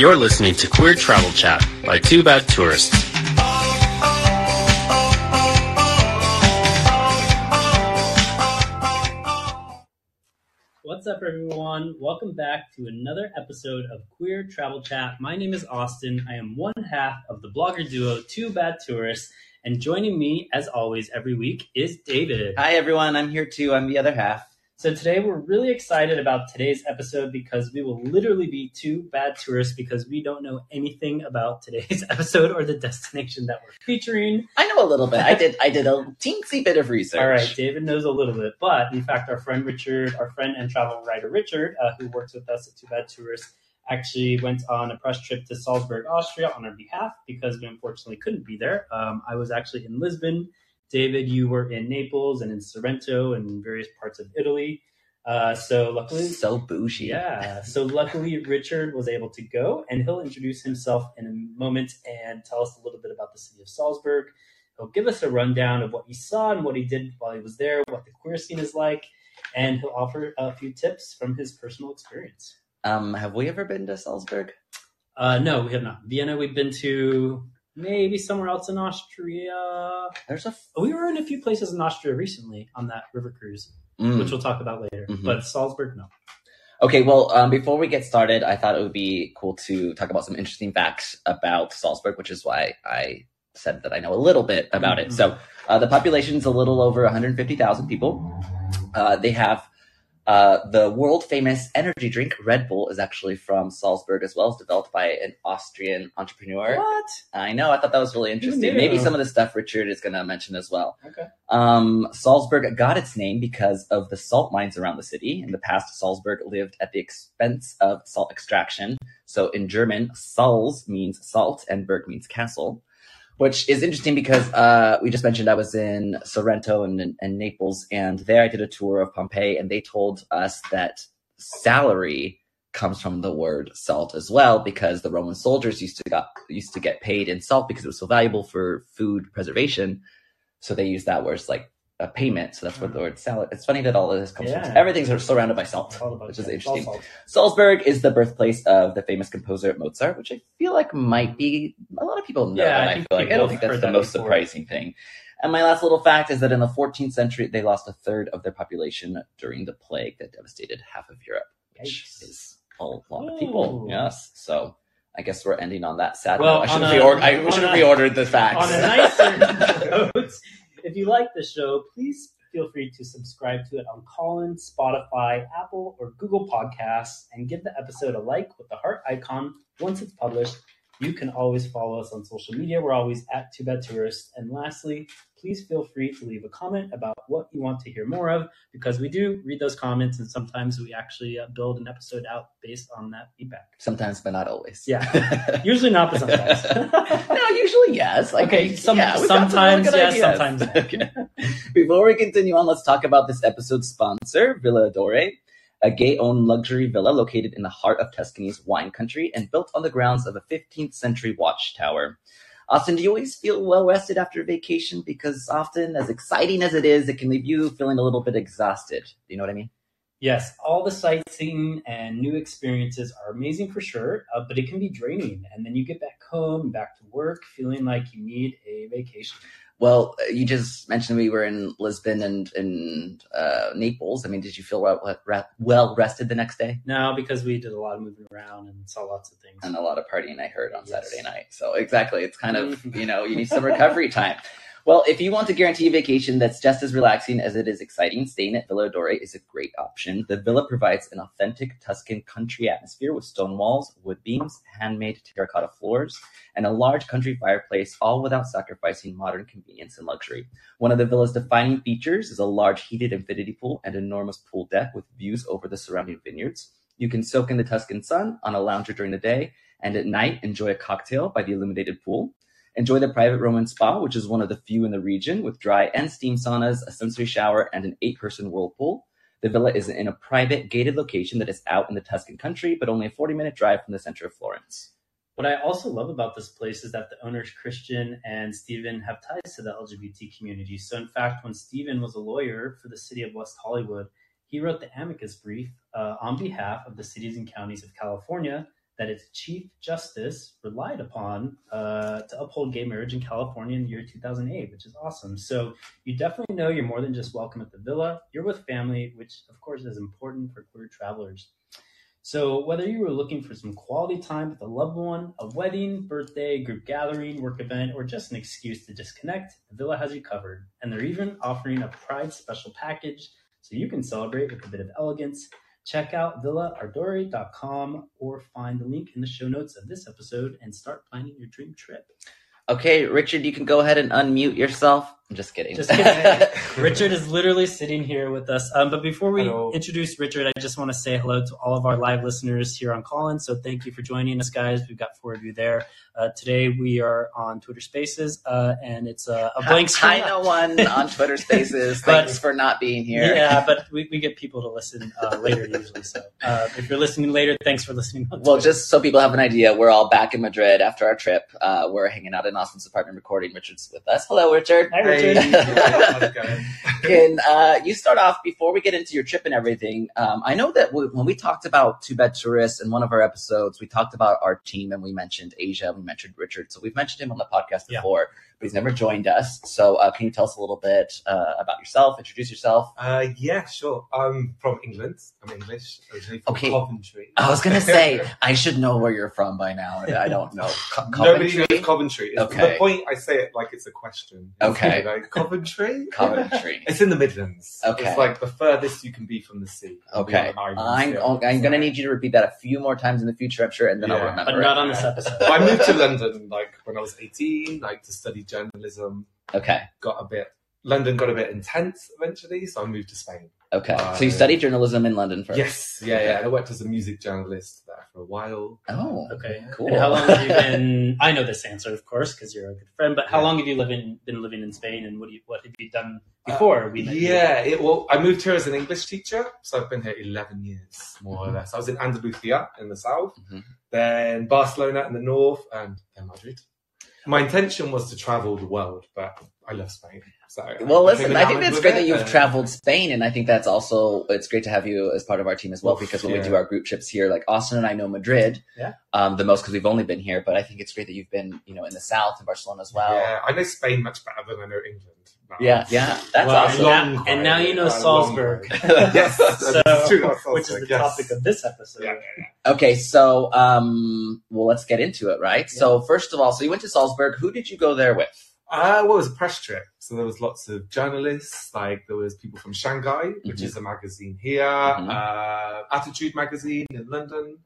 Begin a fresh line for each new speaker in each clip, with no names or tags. You're listening to Queer Travel Chat by Two Bad Tourists.
What's up, everyone? Welcome back to another episode of Queer Travel Chat. My name is Austin. I am one half of the blogger duo Two Bad Tourists, and joining me, as always, every week is David.
Hi, everyone. I'm here too. I'm the other half.
So today we're really excited about today's episode because we will literally be two bad tourists because we don't know anything about today's episode or the destination that we're featuring.
I know a little bit. I did. I did a teensy bit of research.
All right, David knows a little bit, but in fact, our friend Richard, our friend and travel writer Richard, uh, who works with us at Too Bad Tourists, actually went on a press trip to Salzburg, Austria, on our behalf because we unfortunately couldn't be there. Um, I was actually in Lisbon. David, you were in Naples and in Sorrento and various parts of Italy. Uh, so luckily,
So bougie.
yeah. So luckily, Richard was able to go, and he'll introduce himself in a moment and tell us a little bit about the city of Salzburg. He'll give us a rundown of what he saw and what he did while he was there, what the queer scene is like, and he'll offer a few tips from his personal experience.
Um, have we ever been to Salzburg?
Uh, no, we have not. Vienna, we've been to maybe somewhere else in Austria. Oh,
There's a. F-
We were in a few places in Austria recently on that river cruise,
Mm.
which we'll talk about later.
Mhm.
But Salzburg, no.
Okay. Well, um, before we get started, I thought it would be cool to talk about some interesting facts about Salzburg, which is why I said that I know a little bit about
Mhm.
it. So, uh, the population's a little over 150,000 people. Uh, they have. Uh, the world famous energy drink Red Bull is actually from Salzburg as well. It's developed by an Austrian entrepreneur.
What?
I know. I thought that was really
knew?
interesting. Maybe some of the stuff Richard is going to mention as well.
Okay.
Um, Salzburg got its name because of the salt mines around the city. In the past, Salzburg lived at the expense of salt extraction. So in German, Salz means salt and Berg means castle, which is interesting because uh, we just mentioned I was in Sorrento and, and Naples, and there I did a tour of Pompeii, and they told us that salary comes from the word salt as well because the Roman soldiers used to got used to get paid in salt because it was so valuable for food preservation. So they used that word as like a payment. So that's where the word salad. It's funny that all of this comes
Yeah.
from. Everything's sort of surrounded by salt,
All about
which is
that. It's all
interesting.
Salzburg.
Salzburg is the birthplace of the famous composer Mozart, which I feel like might be a lot of people know
Yeah,
that.
I
I,
think
feel like I
people
don't think
have
that's
heard
the
that
most
before.
surprising thing. And my last little fact is that in the 14th century, they lost a third of their population during the plague that devastated half of Europe, which
Yikes.
is a lot of
Ooh.
people. Yes, so I guess we're ending on that sad
Well,
note. I
on
should have
a-
reorg-
on
I should have
a-
reordered the facts.
On a nicer note, if you like the show, please feel free to subscribe to it on Colin, Spotify, Apple, or Google Podcasts, and give the episode a like with the heart icon once it's published. You can always follow us on social media. We're always at Too Bad Tourists. And lastly, please feel free to leave a comment about what you want to hear more of, because we do read those comments, and sometimes we actually uh, build an episode out based on that feedback.
Sometimes, but not always.
Yeah. Usually not, but sometimes.
no, usually yes. Like,
Okay, some-
yeah, we've got some
sometimes
really
yes,
good ideas.
sometimes no.
Okay. Before we continue on, let's talk about this episode's sponsor, Villa Dore, a gay-owned luxury villa located in the heart of Tuscany's wine country and built on the grounds of a 15th-century watchtower. Austin, do you always feel well rested after a vacation? Because often, as exciting as it is, it can leave you feeling a little bit exhausted. You know what I mean?
Yes, all the sightseeing and new experiences are amazing for sure, uh, but it can be draining. And then you get back home, back to work, feeling like you need a vacation.
Well, uh, you just mentioned we were in Lisbon and and uh, Naples. I mean, did you feel well, well rested the next day?
Now, because we did a lot of moving around and saw lots of things.
and a lot of partying I heard on
Yes.
Saturday night. So exactly, it's kind of
Mhm.
you know you need some recovery time. Well, if you want to guarantee a vacation that's just as relaxing as it is exciting, staying at Villa Dore is a great option. The villa provides an authentic Tuscan country atmosphere with stone walls, wood beams, handmade terracotta floors, and a large country fireplace, all without sacrificing modern convenience and luxury. One of the villa's defining features is a large heated infinity pool and enormous pool deck with views over the surrounding vineyards. You can soak in the Tuscan sun on a lounger during the day, and at night enjoy a cocktail by the illuminated pool. Enjoy the private Roman spa, which is one of the few in the region, with dry and steam saunas, a sensory shower, and an eight person whirlpool. The villa is in a private, gated location that is out in the Tuscan country, but only a 40 minute drive from the center of Florence.
What I also love about this place is that the owners, Christian and Stephen, have ties to the LGBT community. So, in fact, when Stephen was a lawyer for the city of West Hollywood, he wrote the amicus brief uh, on behalf of the cities and counties of California that its chief justice relied upon uh, to uphold gay marriage in California in the year 2008, which is awesome. So you definitely know you're more than just welcome at the villa. You're with family, which of course is important for queer travelers. So whether you were looking for some quality time with a loved one, a wedding, birthday, group gathering, work event, or just an excuse to disconnect, the villa has you covered. And they're even offering a Pride special package so you can celebrate with a bit of elegance check out villaardori.com or find the link in the show notes of this episode and start planning your dream trip.
Okay, Richard, you can go ahead and unmute yourself. I'm just kidding.
Just kidding. Richard is literally sitting here with us. Um, but before we
Hello.
introduce Richard, I just want to say hello to all of our live listeners here on Colin. So thank you for joining us, guys. We've got four of you there. Uh, today we are on Twitter Spaces, uh, and it's uh, a blank screen.
Hi, no one on Twitter Spaces.
But-
Thanks for not being here.
Yeah, but we, we get people to listen uh, later usually. So uh, if you're listening later, thanks for listening. on
Well,
Twitter.
just so people have an idea, we're all back in Madrid after our trip. Uh, we're hanging out in Austin's apartment recording. Richard's with us. Hello, Richard.
Hi, Richard.
Hey, how's it going?
Can uh, you start off before we get into your trip and everything? Um, I know that we, when we talked about Two Bed Tourists in one of our episodes, we talked about our team and we mentioned Asia, we mentioned Richard. So we've mentioned him on the podcast
Yeah.
before, but he's never joined us. So uh, can you tell us a little bit uh, about yourself? Introduce yourself.
Uh, yeah, sure. I'm from England. I'm English, originally from
Okay. Uh,
Coventry.
I was gonna say I should know where you're from by now. and I don't know. Co-
Nobody
Coventry?
knows Coventry. It's
Okay.
The point I say it like it's a question. It's
Okay.
like, Coventry?
Coventry.
It's in the Midlands.
Okay.
It's like the furthest you can be from the sea.
Okay.
Be on an island,
I'm,
yeah.
I'm going to need you to repeat that a few more times in the future, I'm sure, and then I'll
Yeah.
remember.
but
it.
not on this episode.
I moved to London like when I was 18, like to study journalism.
Okay.
Got a bit, London got a bit intense eventually, so I moved to Spain.
Okay.
Uh,
so you studied journalism in London first.
Yes, yeah, yeah. And I worked as a music journalist there for a while.
Oh.
Okay.
Cool.
And how long have you been? I know this answer, of course, because you're a good friend. But how
Yeah.
long have you living, been living in Spain, and what do you, what have you done before we met? you?
Yeah, it, well, I moved here as an English teacher, so I've been here 11 years, more or
Mhm.
less. I was in Andalusia in the south,
Mhm.
then Barcelona in the north, and then Madrid. My intention was to travel the world, but I love Spain. So
Well,
I came
listen,
in
I think
hammered
that's
with
great
it, uh,
that you've
and-
traveled Spain, and I think that's also it's great to have you as part of our team as well.
Oof,
because when we
yeah.
do our group trips here, like Austin and I know Madrid,
Yeah.
um, the most because we've only been here. But I think it's great that you've been, you know, in the south and Barcelona as well.
Yeah, I know Spain much better than I know England. now.
yeah, yeah, that's
Well,
awesome.
and now- and now you know
A long
Salzburg.
way. yes,
So,
that's true. that's
Which is
Salzburg,
the
yes.
topic of this episode.
Yeah, yeah,
Okay, so um, well, let's get into it, right? So first of all, so you went to Salzburg. Who did you go there with?
Uh, well, it was a press trip, so there was lots of journalists. Like there was people from Shanghai, which
Mhm.
is a magazine here,
Mhm.
uh, Attitude magazine in London.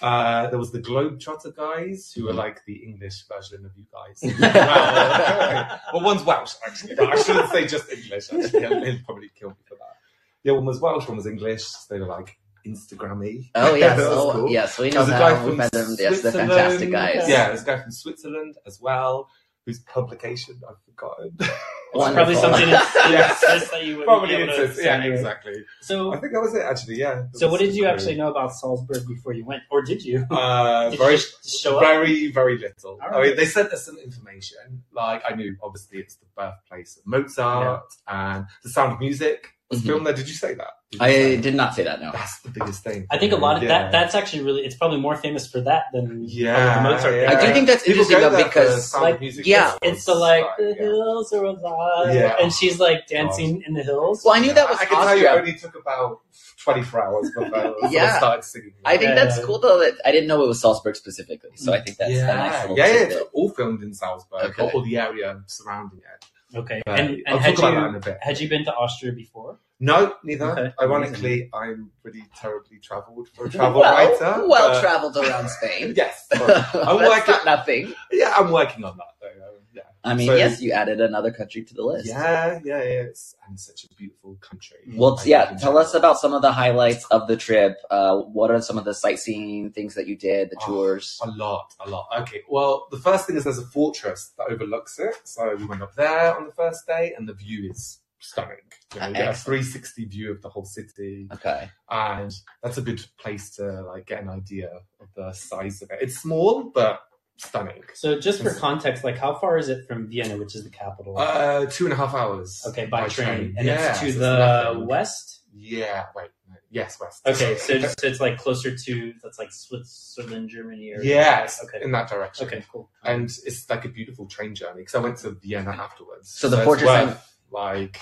Uh, there was the Globetrotter guys, who are
Mm-hmm.
like the English version of you guys. well, well, one's Welsh actually, but I shouldn't say just English. Actually, he'll, he'll probably kill me for that. Yeah, one was Welsh, one was English. They were like Instagrammy.
Oh yes,
That was
oh
cool.
yes, we
There
know
was a guy
them. We
from
met them. Yes, they're
Switzerland.
fantastic guys.
Yeah, there's a guy from Switzerland as well, whose publication I've forgotten.
It's probably
Wonderful.
something in, in
Yes.
this that you would
probably
be able to
exists. Yeah,
say.
exactly. I
So,
think that was it, actually. Yeah.
so what did you actually know about Salzburg before you went, or did you?
Uh,
Did you
very,
just show up?
very, very little.
All
I
right.
mean, they sent us some information. Like I knew, obviously, it's the birthplace of Mozart and The Sound of Music was
Mhm.
Mm-hmm.
filmed there. Did you say that? Did you
I
say-
did not say that. No.
That's the biggest thing.
I think a lot of
Yeah.
that. That's actually really. It's probably more famous for that than
Oh,
Yeah,
probably the Mozart.
yeah.
thing,
I do
right?
think that's
People
interesting
go
though
there for the
because
Sound
like,
of Music.
yeah,
festivals,
It's the like the
yeah.
hills are alive,
Yeah.
and she's like dancing in the hills.
well, I knew that was
I can tell you, it
Austria.
only took about twenty-four hours before
Yeah.
I started singing.
I think
Yeah,
that's
yeah.
cool though that I didn't know it was Salzburg specifically. So I think that's a nice little
yeah, yeah,
tidbit.
it's all filmed in Salzburg,
Okay.
or, or the area surrounding it.
Okay,
But
and,
I'll
and had
talk about that
you
in a bit.
had you been to Austria before?
No, neither.
Okay.
Ironically, I'm pretty terribly travelled for a travel
well,
writer.
well
but-
traveled around Spain.
Yes.
that's
working-
not nothing.
yeah, I'm working on that though. um, Yeah.
I mean,
So-
yes, you added another country to the list.
Yeah, yeah, yeah. It's, and such a beautiful country.
Well,
I
yeah.
think in
Tell us
general.
about some of the highlights of the trip. Uh, what are some of the sightseeing things that you did? The
Oh,
tours.
A lot, a lot. Okay. Well, the first thing is there's a fortress that overlooks it. So we went up there on the first day, and the view is stunning. You know, you get a
Excellent.
360 view of the whole city.
Okay.
and that's a good place to like get an idea of the size of it. It's small but stunning.
So, just for
Yes.
context, like how far is it from Vienna, which is the capital?
Uh, two and a half hours.
okay, by train, and
Yeah,
it's to
so
the
nothing.
west.
Yeah, wait, no, Yes, west.
Okay, so, so it's like closer to that's like Switzerland, Germany, or
yes,
Okay.
in that direction.
Okay, cool.
and it's like a beautiful train journey because I went to Vienna afterwards.
So the
it's
fortress
worth,
I'm-
like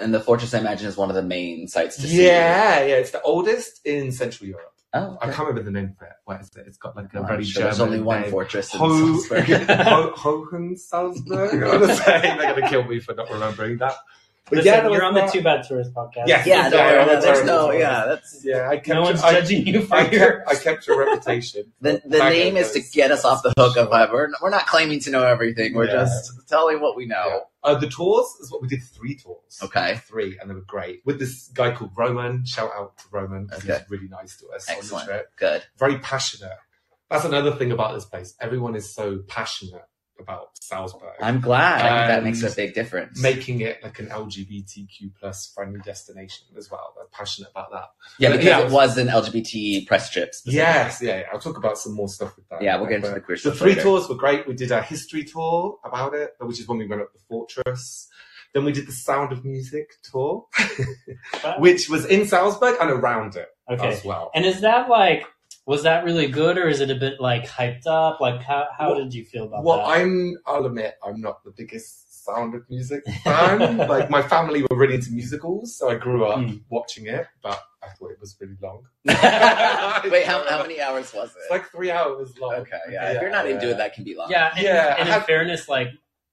And the fortress, I imagine, is one of the main sites to see.
yeah, yeah, it's the oldest in Central Europe.
Oh, okay.
I can't remember the name of it. What is it? It's got like a
Well, I'm
very
sure
German
there's only one
name.
fortress in
Ho-
Salzburg.
Ho- Hohensalzburg. I'm gonna say they're gonna kill me for not remembering that. But
Listen,
yeah, there was
you're on the
that-
Two Bad Tourist podcast.
Yes.
yeah, no,
Yeah,
no, no, there's
yeah,
no,
yeah.
yeah, that's
Yeah, I kept.
No one's
I,
judging you for
I
your.
kept, I kept your reputation.
the, the
Back
name
in
is to
those-
get us off the hook of
Sure.
uh, we're, we're not claiming to know everything. We're
Yeah.
just telling what we know.
Uh, the tours is what we did. Three tours.
Okay,
Three, and they were great. With this guy called Roman. Shout out to Roman. 'cause He
Okay.
was really nice to us
Excellent.
on the trip.
good.
Very passionate. That's another thing about this place. Everyone is so passionate about Salzburg.
I'm glad. I think that
And
makes a big difference.
making it like an LGBTQ plus friendly destination as well. They're passionate about that.
yeah, because
yeah.
it was an LGBT press trip. specifically.
Yes, yeah, yeah. I'll talk about some more stuff with that.
Yeah, we'll get into
But
the queer
The
stuff
three
later.
tours were great. We did a history tour about it, which is when we went up the fortress. Then we did the Sound of Music tour, which was in Salzburg and around it
okay,
as well.
and is that like was that really good or is it a bit like hyped up? Like how how
Well-
did you feel about
Well,
that?
I'm, I'll admit, I'm not the biggest Sound of Music fan. like, my family were really into musicals, so I grew up
Hmm.
watching it, but I thought it was really long.
Wait, how, how many hours was
It's
it?
like three hours long.
okay, yeah. If you're not into it, that can be long.
Yeah, and,
Yeah,
and
I
in
have-
fairness, like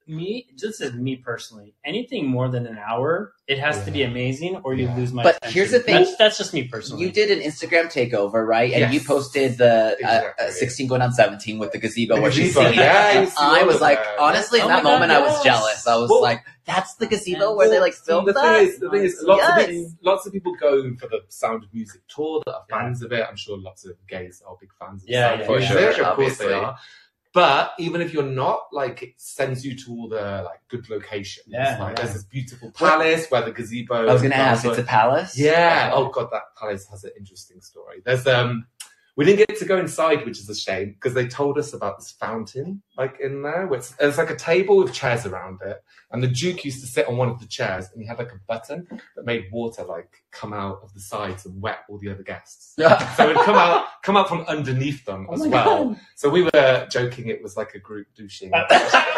me, this is me personally. Anything more than an hour, it has to be amazing, or you
Yeah.
lose my.
But
attention.
here's the thing-
That's, that's just me personally.
You did an Instagram takeover, right? And you
Yes.
posted the uh, uh,
Exactly.
16 going on 17 with the gazebo
The
where she's
gazebo,
singing.
yeah,
And
you see
I
all
was
of
like,
that.
honestly, in
Oh
that
my God,
moment, I was
yes.
jealous. I was
Well-
like, that's the gazebo where they like filmed
the
that?
thing is, the thing is, lots
Yes.
of people, lots of people go for the Sound of Music tour that are fans of it. I'm sure lots of gays are big fans of
Yeah,
Sound
yeah,
of
yeah.
Music.
Sure,
of course
obviously.
they are. But even if you're not, like, it sends you to all the like good locations.
Yeah,
like,
yeah.
there's this beautiful palace where the gazebo.
I was going to
and
ask, it's a palace?
Yeah. Oh god, that palace has an interesting story. There's um we didn't get to go inside, which is a shame, because they told us about this fountain like in there. Which it's like a table with chairs around it. And the Duke used to sit on one of the chairs and he had like a button that made water like come out of the sides and wet all the other guests. So it'd come out come out from underneath
Oh
them as well. So we were joking it was like a group douching.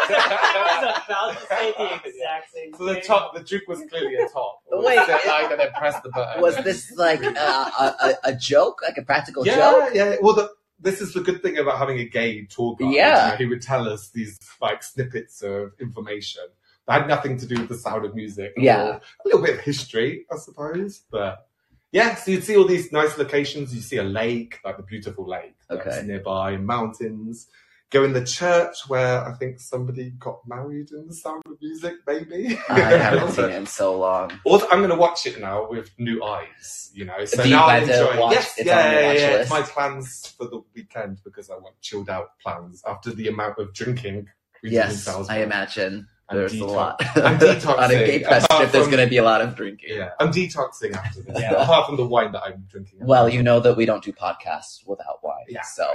I was about to say the exact same
So the
thing.
top the Duke was clearly a top.
Wait.
like, and then pressed the button.
was this like uh, a, a, a joke, like a practical
yeah,
joke?
Yeah, Well, the, this is the good thing about having a gay tour guide.
Yeah.
you know, he would tell us these like snippets of information that had nothing to do with the sound of music. at
Yeah.
all. a little bit of history, I suppose. But yeah, so you'd see all these nice locations. You see a lake, like the beautiful lake that's
Okay.
nearby, mountains. Go in the church where I think somebody got married in the sound of music, maybe.
I haven't seen it in so long.
Also, I'm going to watch it now with new eyes, you know. So
Do you
now I
plan to
enjoy. it.
watch-
yes,
it's
yeah,
on your
yeah,
watch
yeah.
list?
It's my plans for the weekend because I want chilled out plans after the amount of drinking. we did in
Yes,
Salzburg.
I imagine.
I'm
There's a
detox-
lot.
I'm detoxing.
On a gay press
Apart
trip, there's
from-
going to be a lot of drinking.
Yeah, I'm detoxing after this.
Yeah.
Apart from the wine that I'm drinking.
Well, you know that we don't do podcasts without wine,
Yeah.
so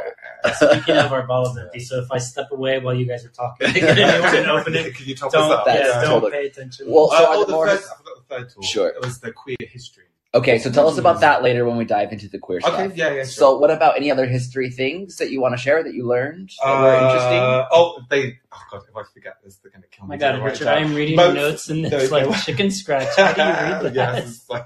Speaking of our bottle empty, so if I step away while you guys are talking, if anyone can open it.
Can you top
Don't,
us up?
That's
yeah, don't
totally-
pay attention.
Well,
Uh,
So are
oh,
the
the
more-
first, I forgot the third tour.
Sure.
It was the queer history.
Okay, so tell us about that later when we dive into the queer
Okay,
stuff.
yeah, yeah. Sure.
So, what about any other history things that you want to share that you learned that were interesting?
Uh, Oh, they. Oh god, if I forget this, they're gonna kill
oh
me.
my god,
Right
Richard,
now.
I am reading
Most-
notes and
no,
it's
no.
like chicken scratch. How do you read that?
yes, it's like,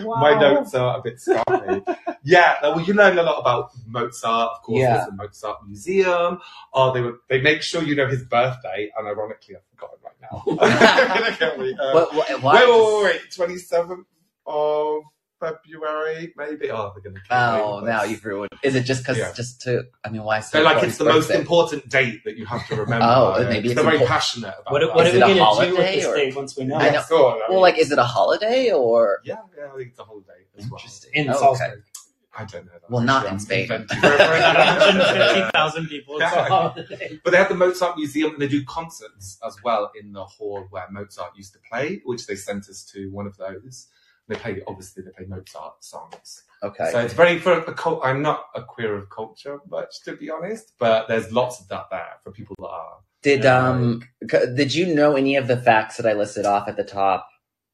Wow.
my notes are a bit scary. yeah, like, well, you learn a lot about Mozart, of course.
Yeah.
There's the Mozart Museum. Oh, they were, they make sure you know his birthday, and ironically, I've forgotten right now. They're gonna kill me. Um,
what, what, why-
wait, wait, wait, wait, twenty seventh of February, maybe. Oh, they're gonna kill me.
Oh,
But-
now you've ruined. Is it just because?
Yeah.
Just to? I mean, why?
So,
So
like, it's the most
important.
important date that you have to remember.
Oh, maybe
they're
it's
very
impor-
passionate about.
What,
that.
what are
Is
we
it a
going to do with
holiday
this
or-
day once we know?
I know.
So, I
Well,
mean,
like, is it a holiday or?
yeah, yeah, I think it's a whole day as well.
Interesting.
In
Oh, okay.
Salzburg.
I don't know. That
Well, not
Actually,
in
I'm
Spain.
inventing- Yeah.
150,000 people. It's a holiday.
But they have the Mozart Museum and they do concerts as well in the hall where Mozart used to play, which they sent us to one of those. They play, obviously, they play Mozart songs.
Okay.
So it's very for a cult. I'm not a queer of culture much, to be honest, but there's lots of that there for people that are.
did
Yeah,
um? c- Did you know any of the facts that I listed off at the top?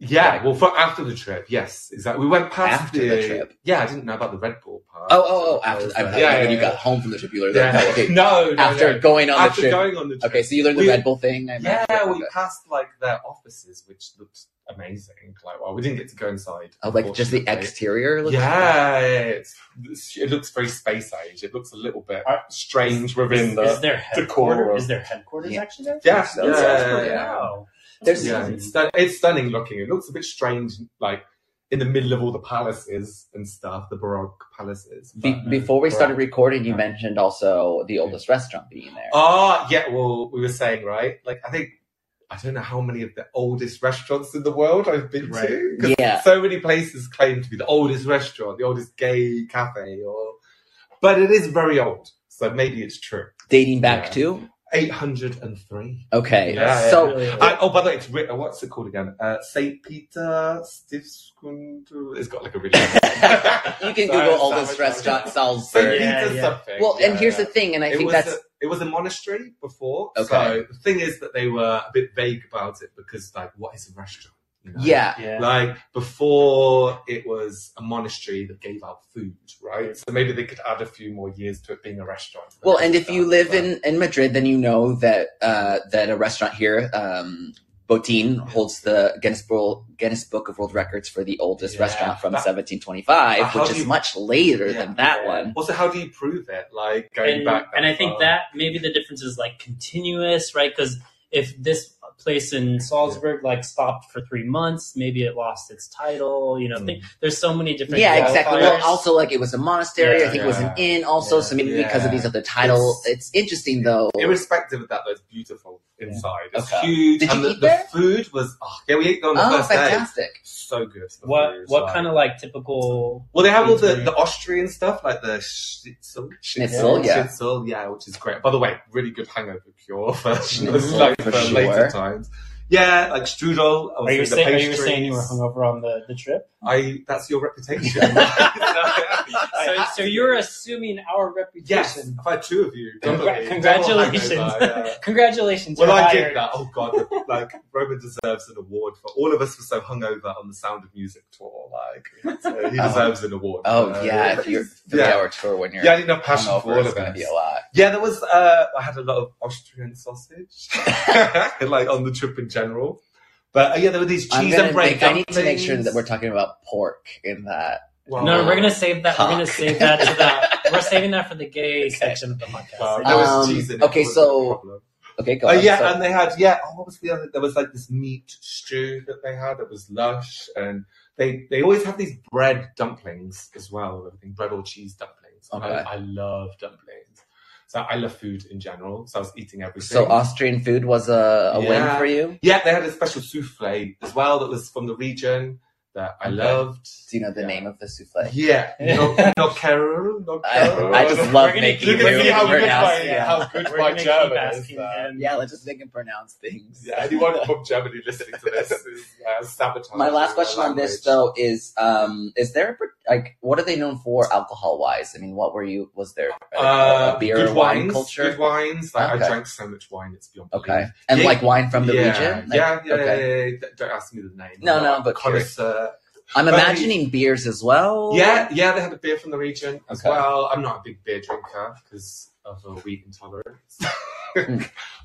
Yeah, well, for after the trip, yes, exactly. We went past
After the trip?
Yeah, I didn't know about the Red Bull part.
Oh, oh, oh! After I, I,
yeah,
yeah,
yeah,
when you
yeah.
got home from the trip, you learned
Yeah.
that. Okay,
no, no,
after
no.
going on
after
the trip.
going on the trip.
Okay, so you learned the
We-
Red Bull thing. I imagine.
Yeah, we
Okay.
passed like their offices, which looked amazing. Like, well, we didn't get to go inside.
Oh, like just the
unfortunately.
exterior. Looks
Yeah, it's, it's- it looks very space age. It looks a little bit
Are-
strange
Uh, Is,
within the.
is their
decor
headquarters?
of-
Is their headquarters
Yeah.
actually there?
yeah,
so
yeah,
it's-
yeah, yeah.
Wow.
There's-
Yeah,
Amazing.
it's, stun- it's stunning looking. It looks a bit strange, like in the middle of all the palaces and stuff, the Baroque palaces.
Be-
but-
before we started
Baroque.
recording, you
Right.
mentioned also the oldest restaurant being there.
Ah, yeah. Well, we were saying right. Like, I think I don't know how many of the oldest restaurants in the world I've been to. 'cause
Yeah.
So many places claim to be the oldest restaurant, the oldest gay cafe, or but it is very old. So maybe it's true.
Dating back
Yeah.
to
Eight hundred and three.
okay,
Yeah,
so
Really, really.
Uh, oh, by the way, it's writ- uh, what's it called again? Uh, Saint Peter Stiftskunde. It's got like a really.
you can
Sorry,
Google
sorry,
oldest
sorry.
restaurant
Saint
Salisbury.
Yeah,
Peter
yeah.
something.
Well, and
Yeah,
here's
yeah.
the thing, and I
it
think
was
that's
a, it was a monastery before.
Okay.
So the thing is that they were a bit vague about it because, like, what is a restaurant? you know?
yeah,
Yeah.
Like before, it was a monastery that gave out food, right? So maybe they could add a few more years to it being a restaurant.
Well, and if you live
But-
in, in Madrid, then you know that uh, that a restaurant here, um, Botín, holds the Guinness World Guinness Book of World Records for the oldest
Yeah.
restaurant from
That- But
1725,
how
which
do
is
you-
much later
Yeah.
than that one.
Also, how do you prove it? Like going
and,
back,
and I think
far?
that maybe the difference is like continuous, right? Because if this place in Salzburg like stopped for three months, maybe it lost its title. You know,
Mm.
think, there's so many different
Yeah, exactly. Well,
qualifiers.
also like it was a monastery. I
Yeah,
think it was an
yeah.
inn. Also,
Yeah.
so maybe because of
Yeah.
these other title, it's, interesting though.
Hmm. irrespective of that, though, it's beautiful inside. It's
Okay.
huge.
Did you
and the,
eat
the
there?
food was oh, yeah, we ate there on the
oh,
first day.
fantastic!
So good. the
what
food,
what
like-
kind of like typical?
Well, they have all the,
Interior.
the Austrian stuff, like the schnitzel.
Schnitzel, yeah.
Schnitzel, yeah, which is great. By the way, really good hangover cure for,
Schnitzel,
like,
for
for later
sure.
times. Yeah, like strudel.
Are you,
obviously the
saying, are you saying you were
pastries.
hungover on the, the trip?
I, that's your reputation.
So, so you're assuming our reputation.
Yes, I've had two of you.
Congra-
double hangover,
congratulations.
yeah.
Congratulations.
When
you're
I
hired.
did that, oh god, like Roman deserves an award for all of us were so hungover on the Sound of Music tour. Like so he
Oh.
deserves an award.
Oh
Uh,
yeah, if you're three
yeah.
hour tour when you're
yeah, I didn't have passion
hungover,
for all
it's
of
going to
us.
be a lot.
Yeah, there was. Uh, I had a lot of Austrian sausage, like on the trip in general. But uh, yeah, there were these
I'm
cheese
gonna
and bread.
make- I need to make sure
dumplings.
that we're talking about pork in that.
Wow.
No, we're gonna save that. We're gonna
Cock.
save that to the. We're saving that for the gay
Okay.
section of the podcast.
Wow, there was
Um,
cheese in it.
okay,
It was
so-
a problem.
Okay, go
Oh
on.
yeah,
So-
and they had yeah. Oh, what was the other? There was like this meat stew that they had that was lush, and they they always have these bread dumplings as well. I think bread or cheese dumplings. And
Okay.
I, I love dumplings. So I love food in general. So I was eating everything.
So Austrian food was a, a win
Yeah.
for you.
yeah, they had a special souffle as well that was from the region that I
Okay.
loved.
Do you know the
Yeah.
name of the souffle?
Yeah, no, no Carol, no
I,
Carol.
I just
We're
love
gonna
making
You
keep-
you
can see how
we're
good
gonna-
pronounce.
my
yeah.
how good
We're
my
gonna keep
German is. uh,
asking
there.
him.
Yeah, let's just make him pronounce things.
Yeah, anyone from Germany listening to this is uh, sabotaging.
My last question
my
on this
language.
though is: um, Is there a, per- like what are they known for alcohol wise? I mean, what were you? Was there a,
Uh,
a beer
good
or wine
wines,
culture?
Good wines. Like,
Okay.
I drank so much wine, it's beyond belief.
Okay, and
Yeah,
like wine from the
yeah,
region. Like,
yeah, yeah,
okay.
yeah, yeah, Don't- Don't ask me the name.
No,
I'm not
no,
a
but curious.
connoisseur.
I'm
But-
imagining beers as well.
Yeah, yeah, they had a beer from the region as
Okay.
well. I'm not a big beer drinker because of a wheat intolerance.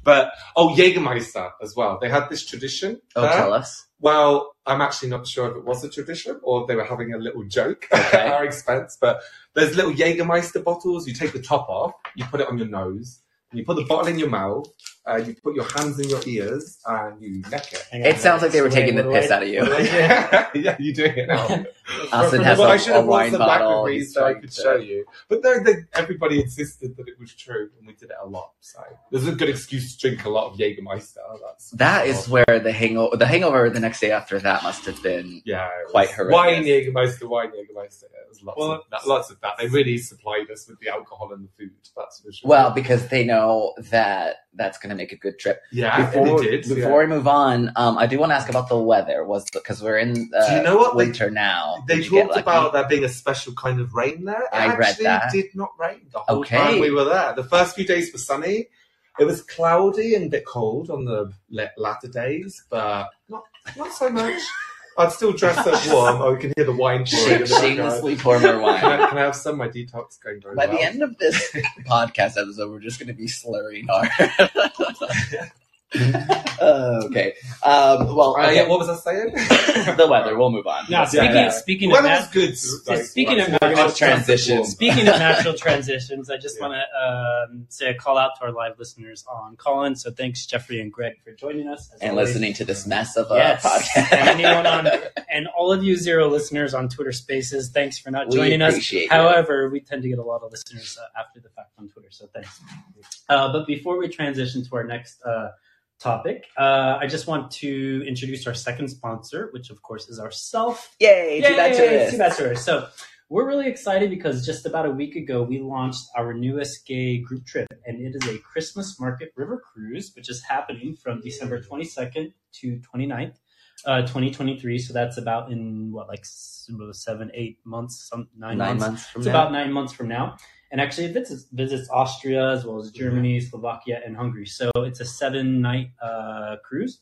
but oh, Jägermeister as well. They had this tradition.
Oh,
there.
tell us.
Well, I'm actually not sure if it was a tradition or if they were having a little joke
Okay.
at our expense, but there's little Jägermeister bottles. You take the top off, you put it on your nose, and you put the bottle in your mouth, uh, you put your hands in your ears, and you neck it.
Hang on.
It sounds like they were
Wait,
taking the
what do I-
piss out of you.
yeah, you're doing it now.
Austin has
Well,
a-
I should
a
have brought
wine
some back
bottle.
with me
He's
so I
trying
could
to-
show you. But no, they, everybody insisted that it was true, and we did it a lot. So this is a good excuse to drink a lot of Jägermeister. That's
That
Oh.
is where the hangover, the hangover the next day after that must have been.
Yeah, it
Quite
was
horrendous.
Wine Jägermeister, wine Jägermeister. Yeah, It was lots,
Well,
of that, lots of that. They really supplied us with the alcohol and the food. That's for sure.
Well, because they know that that's going to make a good trip.
yeah,
before
they did. yeah.
before we move on, um, I do want to ask about the weather. Was because we're in uh,
Do you know what they-
winter now.
They
Did you get
talked
lucky?
about there being a special kind of rain there. It
I read
actually
that.
did not rain the whole
Okay.
time we were there. The first few days were sunny. It was cloudy and a bit cold on the la- latter days, but not not so much. I'd still dress up warm. Oh, you can hear the wine pouring in the background.
shamelessly pour more
Can
wine.
I, can I have some? My detox going very
By
well.
the end of this podcast episode, we're just going to be slurring hard. Uh, okay. Um, well,
Uh,
okay.
yeah, what was I saying?
the weather. We'll move on.
Now, speaking
yeah.
speaking of
Weather was
nat-
good.
Like, speaking of
We're gonna
natural
transition.
Speaking of natural transitions, I just
Yeah.
want to um, say a call out to our live listeners on Colin. So thanks, Jeffrey and Greg, for joining us as
and
always.
listening to this mess of a
Yes.
podcast.
And anyone on uh, and all of you zero listeners on Twitter Spaces, thanks for not
We
joining us.
appreciate you.
However, we tend to get a lot of listeners uh, after the fact on Twitter, so thanks. Uh, but before we transition to our next uh, topic, uh, I just want to introduce our second sponsor, which of course is ourself.
Yay! Too bad
Yay,
to
Too
miss.
bad tourist. So we're really excited because just about a week ago we launched our newest gay group trip, and it is a Christmas Market River Cruise, which is happening from December 22nd to 29th. Uh, 2023, so that's about in what, like s- seven, eight months, some nine, months.
from
It's about nine months from now, and actually it visits, visits Austria as well as Germany,
Mm-hmm.
Slovakia, and Hungary. So it's a seven-night uh, cruise,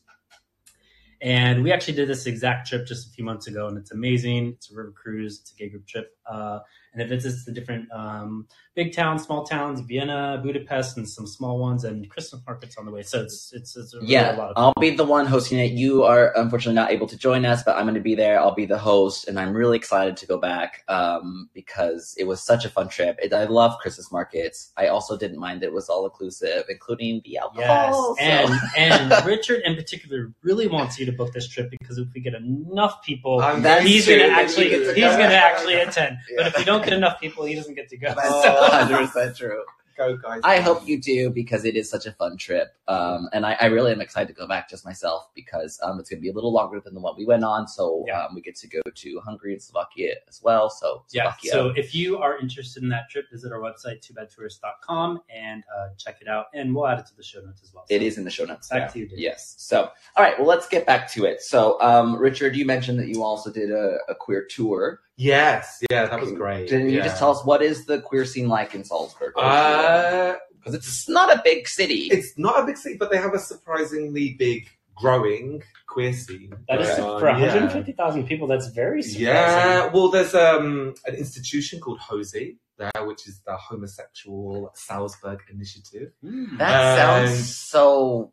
and we actually did this exact trip just a few months ago, and it's amazing. It's a river cruise, it's a gay group trip, uh, and it visits the different um, big towns, small towns, Vienna, Budapest, and some small ones, and Christmas markets on the way. So it's it's, it's really a lot
Yeah, Oh,
of
I'll be the one hosting it. You are unfortunately not able to join us, but I'm going to be there. I'll be the host, and I'm really excited to go back um, because it was such a fun trip. It, I love Christmas markets. I also didn't mind that it was all inclusive, including the alcohol. so-
Yes, and and Richard in particular really wants you to book this trip because if we get enough people,
I'm
That's
he's
true,
gonna
that
actually
he
he's
gets to
gonna
go.
actually attend. But
Yeah.
if we don't get enough people, he doesn't get to go.
that's
So-
100% true.
go, guys.
I hope you do because it is such a fun trip. Um, and I, I really am excited to go back just myself because um, it's going to be a little longer than the one we went on. So
Yeah.
um, we get to go to Hungary and Slovakia as well. So
yeah.
Slovakia.
So if you are interested in that trip, visit our website twobadtourist.com and uh, check it out, and we'll add it to the show notes as well.
it is in the show notes.
back
yeah.
to you, Dave.
Yes. So, all right. Well, let's get back to it. So, um, Richard, you mentioned that you also did a, a queer tour.
Yes, yeah, that was great.
Didn't you
yeah.
just tell us what is the queer scene like in Salzburg?
Uh,
Because it's not a big city.
it's not a big city, but they have a surprisingly big, growing queer scene.
That is
going on,
for
yeah.
150,000 people. That's very surprising.
Yeah, well, there's um, an institution called HOSI there, which is the Homosexual Salzburg Initiative.
Hmm.
that
um,
sounds so.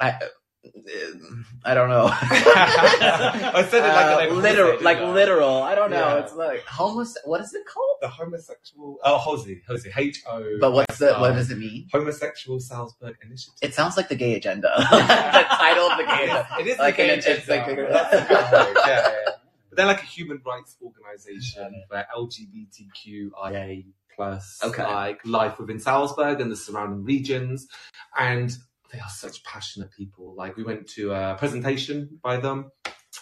I, I don't know.
I said it
Uh,
like an old
literal,
lady,
like
though.
literal. I don't know.
Yeah.
It's like homeless. What is it called?
The Homosexual. Oh, HOSI. HOSI. H O.
But what's the? What
Um,
does it mean?
Homosexual Salzburg Initiative.
It sounds like the gay agenda. the title of the gay agenda.
It is
Like
like
an
an
intense, like, a-
yeah, yeah. But they're like a human rights organization for LGBTQIA plus
Okay.
like life within Salzburg and the surrounding regions, and they are such passionate people. Like we went to a presentation by them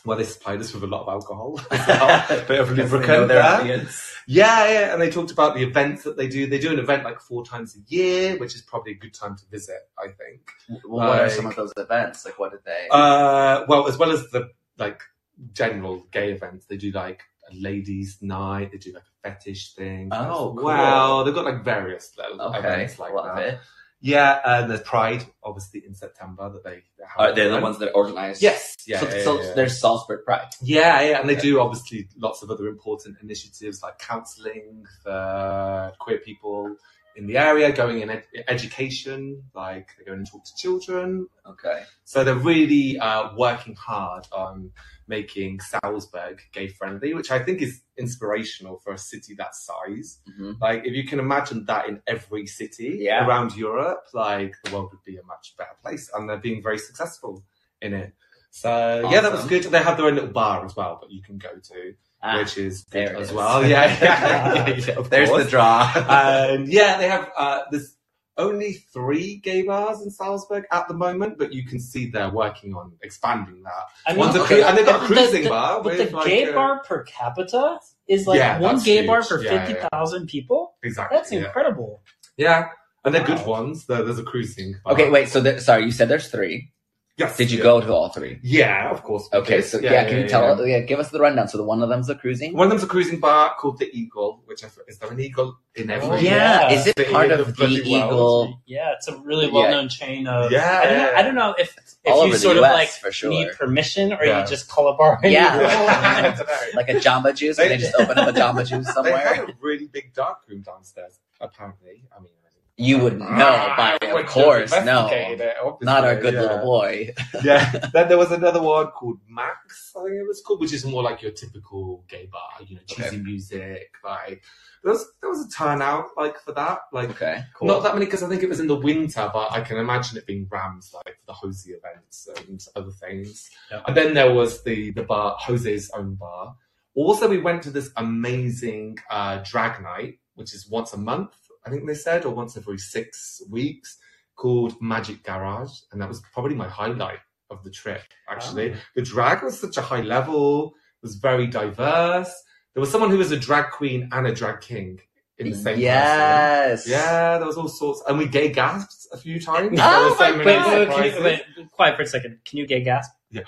where they supplied us with a lot of alcohol, as well, bit of
Because they know
lubricant
their
there.
audience.
Yeah, yeah, and they talked about the events that they do. They do an event like four times a year, which is probably a good time to visit, I think.
Well, what are
Like-
some of those events? Like, what did they?
Uh, well, as well as the like general gay events, they do like a ladies' night. They do like a fetish thing.
Oh, cool.
wow! They've got like various little
okay,
events like
love
that.
it.
Yeah, and there's Pride, obviously in September that they. they have
Are they Oh, the
event.
ones that organize?
Yes. Yeah.
so,
yeah,
so
yeah, yeah.
there's Salzburg Pride.
Yeah, yeah, and they do obviously lots of other important initiatives like counselling for queer people in the area, going in ed- education, like they go and talk to children.
Okay.
So they're really uh, working hard on making Salzburg gay friendly, which I think is inspirational for a city that size.
hmm
Like, if you can imagine that in every city
Yeah.
around Europe, like the world would be a much better place. And they're being very successful in it. So yeah, that was
Awesome. Ah.
good. They have their own little bar as well that you can go to, which is good
there it
as
is.
well. Yeah, yeah, yeah, yeah, of
there's
course.
the draw.
Um, yeah, they have uh, there's only three gay bars in Salzburg at the moment, but you can see they're working on expanding that.
I
One's a
okay.
cru- and they've got a
but
cruising
the,
bar.
But
with,
the
like,
gay
a-
bar per capita is like
Yeah,
one
that's
gay bar
huge.
for
Yeah, yeah, yeah.
50,000 people?
Exactly.
That's
yeah.
incredible.
Yeah, and they're good
Wow.
ones. There- There's a cruising. Bar.
okay, wait. So there, sorry, you said there's three.
Yes.
Did you
yeah.
go to all three?
Yeah, of course. we
Okay,
did.
so yeah, can you tell? Yeah. give us the rundown. So the one of them's a cruising.
One of them's a cruising bar called the Eagle, which I, f- is there an eagle in every?
Oh,
yeah.
yeah.
is it
The
part
Eagle
of the
bloody well.
Eagle?
Yeah, it's a really
Yeah.
well known chain of.
Yeah.
I don't, know, I don't know if,
all
if
over
you
the
sort
US,
of like
for sure.
need permission or
Yeah.
you just call a bar. and you
Yeah.
roll.
I don't know.
Like a Jamba Juice, and they just open up a Jamba Juice
They had
somewhere.
a really big dark room downstairs, apparently. I mean, I didn't-
You wouldn't know,
Ah,
by
I
of
wouldn't
course, no,
investigate it, obviously,
not our good
yeah.
little boy.
yeah. Then there was another one called Max, I think it was called, which is more like your typical gay bar, you know, cheesy music. Like there was there was a turnout like for that, like
Okay, cool.
not that many because I think it was in the winter, but I can imagine it being rammed like for the Hosey events and other things.
Yeah.
And then there was the the bar Jose's own bar. Also, we went to this amazing uh, drag night, which is once a month, I think they said, or once every six weeks, called Magic Garage, and that was probably my highlight of the trip. Actually, the drag was such a high level; it was very diverse. There was someone who was a drag queen and a drag king in the same person.
yes,
Yeah, there was all sorts, and we gay gasps a few times.
Oh
there were so
Wait, wait,
many
wait,
surprises.
can you, wait, quiet for a second. Can you get gasp?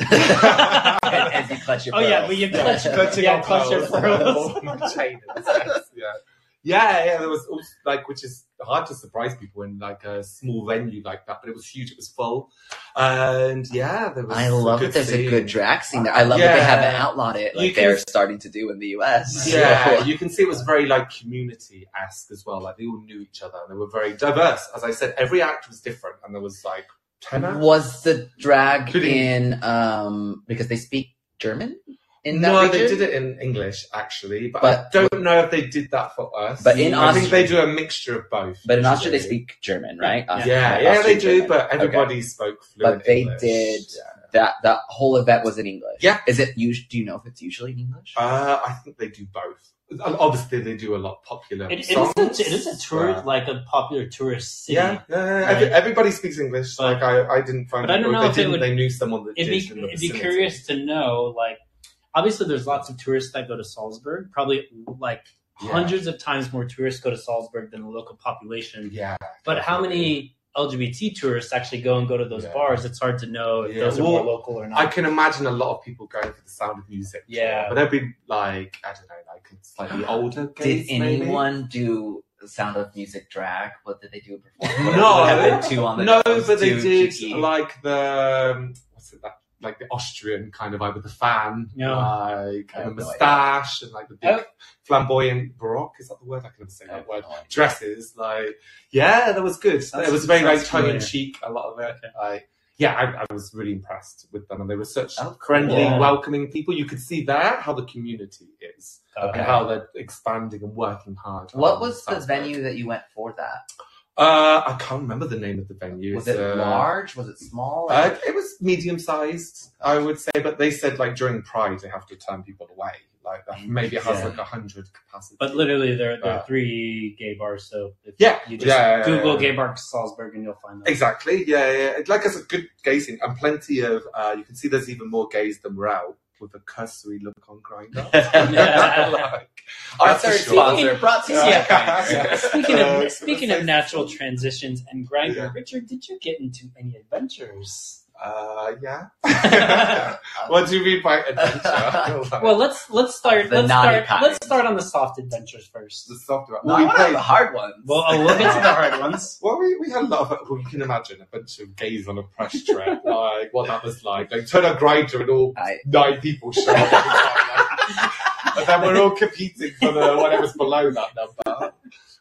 And- and you clutch your
Oh, yeah,
pearls.
we have clutch-
Clutching
Yeah,
our
clutch your
pearls.
pearls.
My chain is nice, yeah. yeah, yeah. There was also, like, which is hard to surprise people in like a small venue like that, but it was huge. It was full, and yeah, there was.
I love
good
that there's a
scene.
good drag scene there. I love that they
Yeah.
haven't outlawed it like
You can-
they're starting to do in the US.
Yeah,
So-
you can see it was very like community esque as well. Like they all knew each other and they were very diverse. As I said, every act was different, and there was like ten acts.
Was the drag
Couldn't-
in um because they speak German in that
no, they
region?
did it in English actually, but,
But-
I don't know if they did that for us.
But in
I think
Austria-
they do a mixture of both.
But in Austria they
usually.
speak German, right?
Yeah.
Aust-
Yeah, yeah, they
Austrian
do.
German.
But
Okay.
everybody spoke fluent.
But they
English.
did-
Yeah.
That that whole event was in English.
Yeah.
Is it you do you know if it's usually in English?
Uh, I think they do both. Obviously, they do a lot of popular.
It, it,
songs,
is a, it is a tour,
but-
like a popular tourist city.
Yeah, yeah, yeah. Every-
Like-
everybody speaks English.
But-
like I, I didn't find.
but I don't
people-
know
they
if it
didn't,
would-
They knew someone that
It'd
did. in
be,
the
it'd be
vicinity.
curious to know, like, obviously there's lots of tourists that go to Salzburg. Probably, like,
Yeah.
hundreds of times more tourists go to Salzburg than the local population.
Yeah,
But how many LGBT tourists actually go and go to those
Yeah.
bars? It's hard to know if
Yeah.
those are
Well,
more local or not.
I can imagine a lot of people going for the sound of music.
Yeah.
but they'd be like I don't know, like slightly older.
Did
gays, maybe?
anyone do Sound of Music drag? What did they do before?
No.
What happened to on the
No,
nose
but they
to
did
Kiki?
like the um, what's it that like the Austrian kind of vibe with the fan,
Yeah.
like
I
and
have
the
no idea.
moustache and like the big
Oh.
flamboyant baroque. Is that the word? I can never say
I have
that word.
no idea.
Dresses, like yeah, that was good. it was very like
sounds
tongue in
familiar.
cheek. A lot of it,
Okay.
like. Yeah, I, I was really impressed with them, and they were such
Oh,
friendly,
cool.
welcoming people. You could see there how the community is,
Okay.
and how they're expanding and working hard.
What
on
was the
Salzburg.
venue that you went for that?
Uh, I can't remember the name of the venue.
Was
It's,
it
uh,
large? Was it small?
Uh, it was medium sized, I would say, but they said like during Pride they have to turn people away. Like that maybe it has
Yeah.
like a hundred capacity.
But literally, there, there
Uh,
are three gay bars, so if
yeah,
you just
yeah, yeah,
Google
yeah.
gay bar Salzburg and you'll find them.
exactly, yeah, yeah. It- Like it's a good gay scene, and plenty of. Uh, you can see there's even more gays than we're out with a cursory look on grinder. like,
Our
that's for
third
sure.
sponsor brought to you
Yeah.
by
Yeah.
Speaking
Uh,
of speaking of natural transitions and grinder,
Yeah.
Richard, did you get into any adventures?
Uh, yeah.
Uh,
what do you mean by adventure? Like,
Well, let's let's start
The
let's
naughty
start
kind.
let's start on the soft adventures first.
the software.
No, I
we
want
played
the hard ones.
Well, oh, we'll get to the hard ones.
Well, we, we had a lot of, well, you can imagine a bunch of gays on a press trip, like what that was like. Like, turn a grinder and all
I-
nine people show up. Every time, like, and then we're all competing for the whatever's below that number.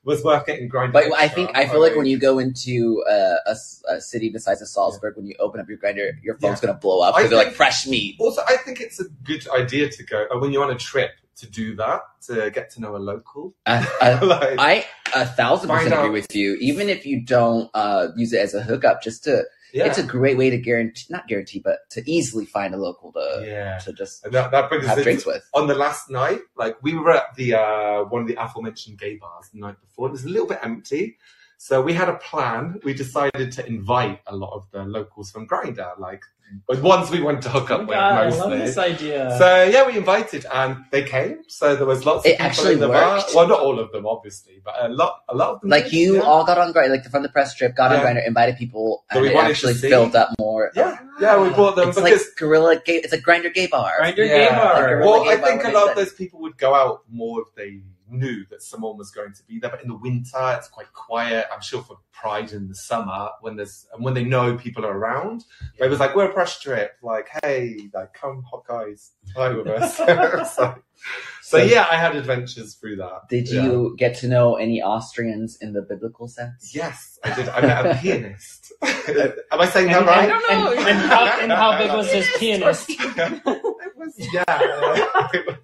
Was worth getting grinded.
but I think I feel like when you go into uh, a, s- a city the size of Salzburg, when you open up your grinder, your phone's gonna blow up
I
because they're like
think-
fresh meat.
Also, I think it's a good idea to go, uh, when you're on a trip, to do that, to get to know a local.
Uh, uh,
like,
I a thousand
Find
percent agree
out.
with you. Even if you don't uh, use it as a hookup, just to
yeah.
it's a great way to guarantee not guarantee, but to easily find a local uh, to
yeah.
to just
And that, that brings us
have
into
drinks with.
on the last night, like we were at the uh, one of the aforementioned gay bars the night before. It was a little bit empty, So we had a plan. We decided to invite a lot of the locals from Grinder, like but once we went to hook up
Oh my
with
God, I love
mostly.
this uh, idea.
So yeah, we invited and they came. So there was lots of
It
people
actually
in the
worked.
bar. Well, not all of them, obviously, but a lot, a lot of them.
Like
did,
you
yeah.
all got on Grinder, like the from the press trip, got on
Yeah.
Grinder, invited people,
That
and
we
it
wanted to
actually
see.
filled up more.
Yeah, yeah, we brought them
It's like
because
gorilla gay. It's a Grinder gay bar.
Grinder
Yeah,
game
like
bar.
a
well,
Really
I
gay bar
think a
would
lot
make
of those people would go out more if they knew that someone was going to be there. But in the winter, it's quite quiet. I'm sure for Pride in the summer, when there's and when they know people are around, they was like, "We're a press trip. Like, hey, like, come, hot guys, play with us." so, so yeah, I had adventures through that.
Did
Yeah.
you get to know any Austrians in the biblical sense?
Yes, I did. I met a pianist. Am I saying that right?
and, and- and how, and how big was his pianist?
it was yeah. it was-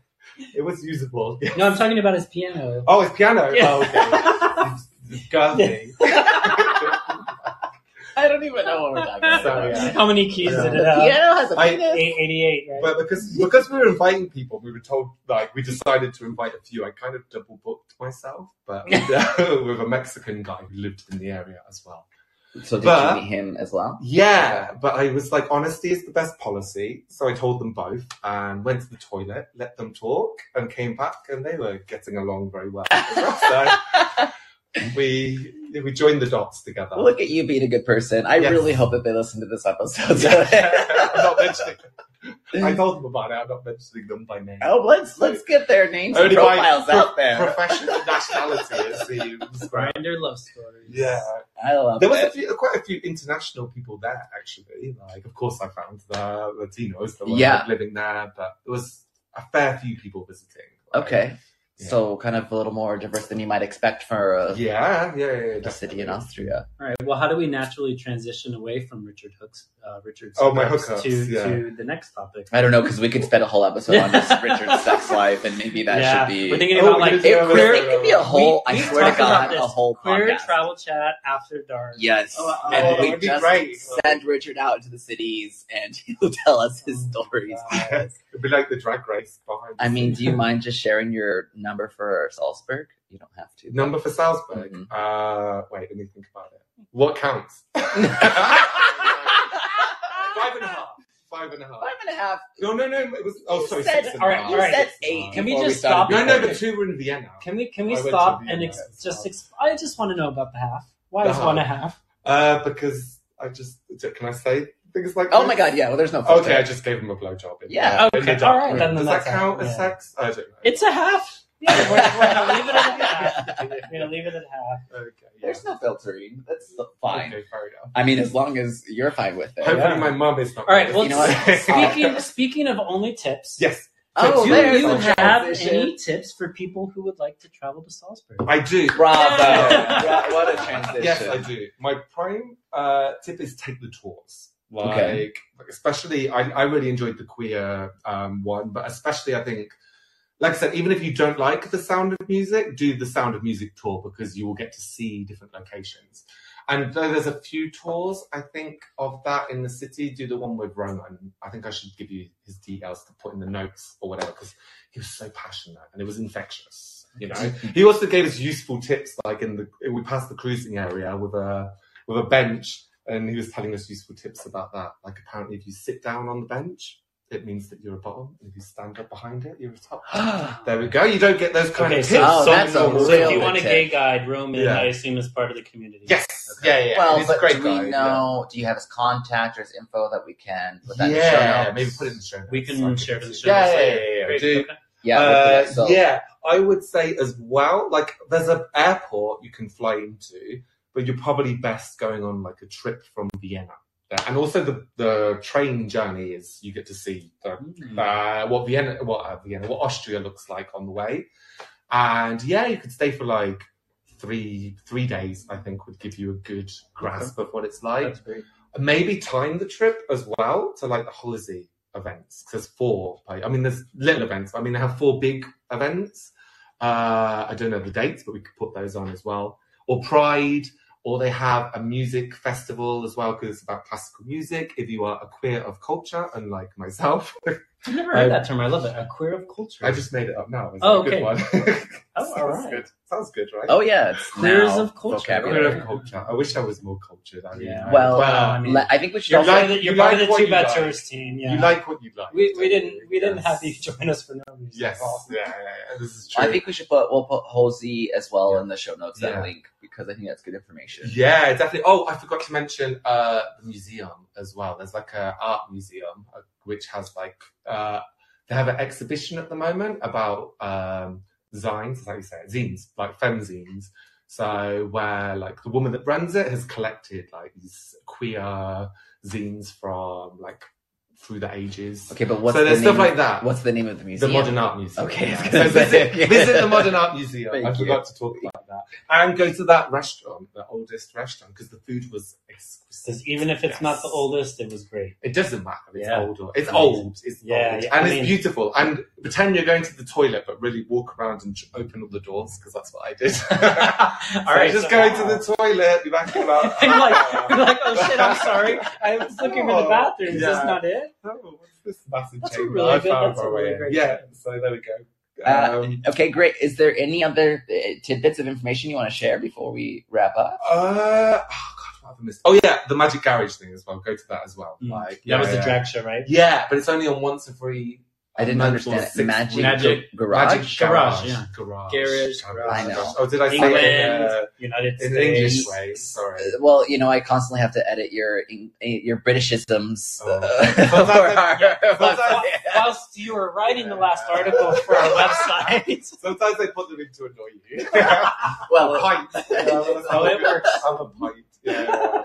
it was usable. yeah.
No, I'm talking about his piano.
Oh, it's piano.
Yeah.
Oh, okay. It's Disgusting.
I don't even know what we're talking about.
Sorry, yeah.
How many keys did it have?
Piano has a
I-
penis.
Eight- 88, right?
But because because we were inviting people, we were told like we decided to invite a few. I kind of double booked myself, but with a Mexican guy who lived in the area as well.
So did
But-
you meet him as well?
Yeah, but I was like, honesty is the best policy. So I told them both and went to the toilet, let them talk, and came back, and they were getting along very well. so we we joined the dots together.
Look at you being a good person. I
Yes.
really hope that they listen to this episode.
I'm not mentioning. I told them about it. I'm not mentioning them by name.
oh, let's let's get their names and
Only by
profiles
pro-
out there.
Professional nationality, it seems. Right?
Grinder love stories.
Yeah.
I love
There was a
it.
few, quite a few international people there actually. Like, of course, I found the Latinos that were
Yeah.
like, living there, but there was a fair few people visiting. like-
Okay,
Yeah.
so kind of a little more diverse than you might expect for a,
Yeah, yeah, yeah. yeah
a city in
definitely.
Austria.
All right. Well, how do we naturally transition away from Richard Hooks, uh, Richard's
Oh, my hookups,
to,
yeah.
to the next topic?
I don't know because we could spend a whole episode on just Richard's sex life, and maybe that
yeah,
should be.
We're thinking
Oh,
about
we're
like
gonna do
it,
another-
queer, it could be a whole.
We-
I
we
swear to
talked about
God,
this.
a whole
queer
podcast.
travel chat after dark.
Yes,
Oh, oh,
and we
that'd be
just
great.
send Richard out into the cities, and he'll tell us his stories.
Uh,
God. It'd be like the drag race behind. the
I mean, do you
scenes.
mind just sharing your number for Salzburg? You don't have to.
number for Salzburg?
Mhm.
Uh, wait, let me think about it. What counts? Five and a half. Five and a half.
Five and a half.
No, no, no. It was. Oh,
You
sorry.
said-
six and a
all right,
half.
you said
Six
eight.
and
Can
a half.
we
Before
just
we
stop?
started
No, no,
Okay.
but two were in Vienna.
Can we can
I
we
went to
stop
Vienna.
and ex- just ex- I just want to know about the half. Why
The
is
half.
one and a half?
Uh, because I just can I say things like
Oh
this?
my god, yeah. Well, there's no. filter.
Okay, I just gave him a blowjob. in
Yeah,
the- in the
okay,
dark
alright,
room.
then
Does that
that's
count as
yeah.
sex? I don't know.
It's a half. Yeah, we're, we're gonna leave it at half. We're gonna leave it at half.
okay. yeah.
There's no filtering. That's fine.
Okay, fair enough.
I mean, as long as you're fine with it.
Hopefully,
Yeah.
my mum is not.
All right. Well,
You know what?
speaking speaking of only tips,
yes,
Oh,
So
do
you-
there's
you
a
have
transition.
any tips for people who would like to travel to Salzburg?
I do.
Bravo!
Yeah.
Bra- what a transition.
Yes, I do. My prime uh, tip is take the tours. Like,
Okay.
especially, I, I really enjoyed the queer um, one, but especially, I think, like I said, even if you don't like the sound of music, do the sound of music tour because you will get to see different locations. And though there's a few tours, I think, of that in the city, do the one with Roman. I think I should give you his details to put in the notes or whatever because he was so passionate and it was infectious. You know, he also gave us useful tips, like in the we passed the cruising area with a with a bench, and he was telling us useful tips about that. Like apparently, if you sit down on the bench, it means that you're a bottom, and if you stand up behind it, you're a top. there we go. You don't get those kind
Okay,
of
so-
tips.
Oh,
on
that's a
normal-
So if you
Real
want a
tip.
gay guide, Roman,
Yeah.
I assume is part of the community.
Yes,
Okay.
yeah, yeah.
Well,
he's a
but
great
do
guy,
we
yeah.
know? Do you have his contact or his info that we can put
Yeah,
that in the show notes?
maybe put it in the show.
We
notes.
can
Okay.
share it in the show
Yeah,
notes
yeah,
later.
yeah, yeah,
Great,
Do-
okay.
Yeah, we'll put
Uh,
it- so-
yeah, I would say as well. Like, there's an airport you can fly into, but you're probably best going on like a trip from Vienna. Uh, And also the the train journey is you get to see the,
Mm. Hmm.
uh, what Vienna, what uh, Vienna, what Austria looks like on the way, and yeah, you could stay for like three three days. I think would give you a good grasp of what it's like
That's great.
maybe time the trip as well to like the holiday events 'cause there's four like, i mean there's little events i mean they have four big events uh i don't know the dates but we could put those on as well or pride or they have a music festival as well because it's about classical music if you are a queer of culture unlike myself
I've never heard
I-
that term. I love it. A queer of culture.
I just made it up now. It's
Oh,
a good
okay.
one.
Oh, all
Sounds
right.
good. Sounds good, right?
Oh yeah, it's
Queers
now
of culture.
vocabulary.
Queer of culture. I wish I was more cultured. I mean,
Yeah.
I-
Well,
Well, I mean,
Le- I think we should
you're
also.
part of
like-
the, you're
you
part
like
of the
what
two
you
bad
like.
tourist team. Yeah.
you like what you like.
we, we didn't we didn't
Yes.
have you join us for no reason.
Yes.
Well,
Yeah, yeah, yeah. This is true.
"Oh, I think we should put we'll put Halsey as well in the show notes that
Yeah.
link because I think that's good information.
Yeah, definitely. Oh, I forgot to mention uh, the museum as well. There's like a art museum uh, which has like uh, they have an exhibition at the moment about um, zines, like you said, zines, like femzines. So where like the woman that runs it has collected like these queer zines from like through the ages.
Okay, but what's
so
the
there's
name,
stuff like that.
What's the name of the
the
museum?
Modern Art Museum.
Okay, I was
So
gonna say.
visit, visit the Modern Art Museum.
Thank
I
you.
forgot to talk about that. And go to that restaurant, the oldest restaurant, because the food was exquisite.
Because even if it's not
Yes.
the oldest, it was great.
It doesn't matter. It's
Yeah.
old. Or, it's
Amazing.
old. It's
Yeah,
old.
yeah,
and
I
it's
mean-
beautiful. And pretend you're going to the toilet, but really walk around and ch- open all the doors, because that's what I did.
All
All right,
so-
just going to the toilet. Be back in about.
And you're like, you're like, oh shit, I'm sorry. I was looking for the bathroom. Is this
Yeah.
not it?
oh, what's this massive
That's a
chamber?
really
I
good-
found
that's a
my way
really
in.
great
Yeah. So there we go.
Uh,
Um,
Okay, great. Is there any other uh, tidbits of information you want to share before we wrap up?
Uh, oh God, what have I missed? Oh yeah, the Magic Garage thing as well. Go to that as well.
Mm.
Like
that was
yeah,
the drag show, right?
Yeah, but it's only on once every.
I didn't
month or
understand it.
six
Magic,
weeks.
Magic-
garage.
Magic
Garage,
garage,
yeah.
garage,
Garage, garage.
I know.
Oh, did I
England,
say it in, uh,
United
in
States.
an English way? Sorry.
Uh, Well, you know, I constantly have to edit your Eng- your Britishisms.
Oh.
uh,
Sometimes
for
I-
our-
sometimes-
Whilst you were writing the last article for our website.
Sometimes I put them in to annoy you.
well,
pint.
Oh, it works.
I'm a pint. Yeah.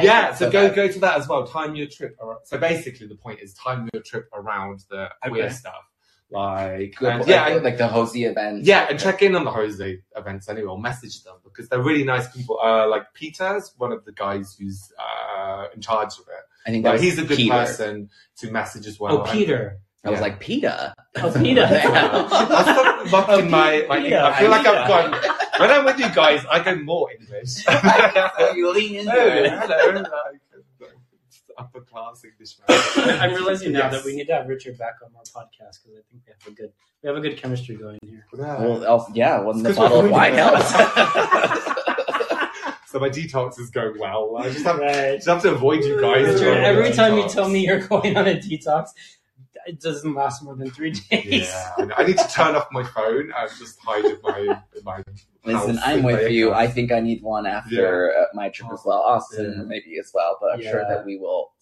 Yeah, so go go to that as well. Time your trip. Around. So basically, the point is time your trip around the queer
Okay.
stuff. Like,
good-
and-
like,
yeah, and-
like the Hosey event.
Yeah, and check in on the Jose events anyway, or message them because they're really nice people. Uh, like Peter's one of the guys who's uh, in charge of it.
I think that
Like,
was
he's a good
Peter.
person to message as well.
Oh, Peter.
I was
Yeah.
like Peter.
Oh, Peter.
I'll stop
Oh,
mocking my, my
Peter.
English. I feel like
Peter.
I've gone. When I'm with you guys, I go more English.
Oh,
oh,
you lean into it.
hello. Like, upper class English man.
I'm realizing now
Yes.
that we need to have Richard back on our podcast because I think we have a good we have a good chemistry going here.
Yeah.
Well, else, yeah, well, the
'Cause
bottle
we're
of wine
doing
helps.
so my detox is going well. I just have,
Right.
just have to avoid you guys.
Richard,
during the
every time you
detox.
tell me you're going on a detox, it doesn't last more than three days.
Yeah, I know. I need to turn off my phone and just hide in my in my.
Listen,
house
I'm
in
with
Vegas.
you. I think I need one after uh my trip as well. Austin,
Yeah.
maybe as well, but I'm sure
Yeah.
that we will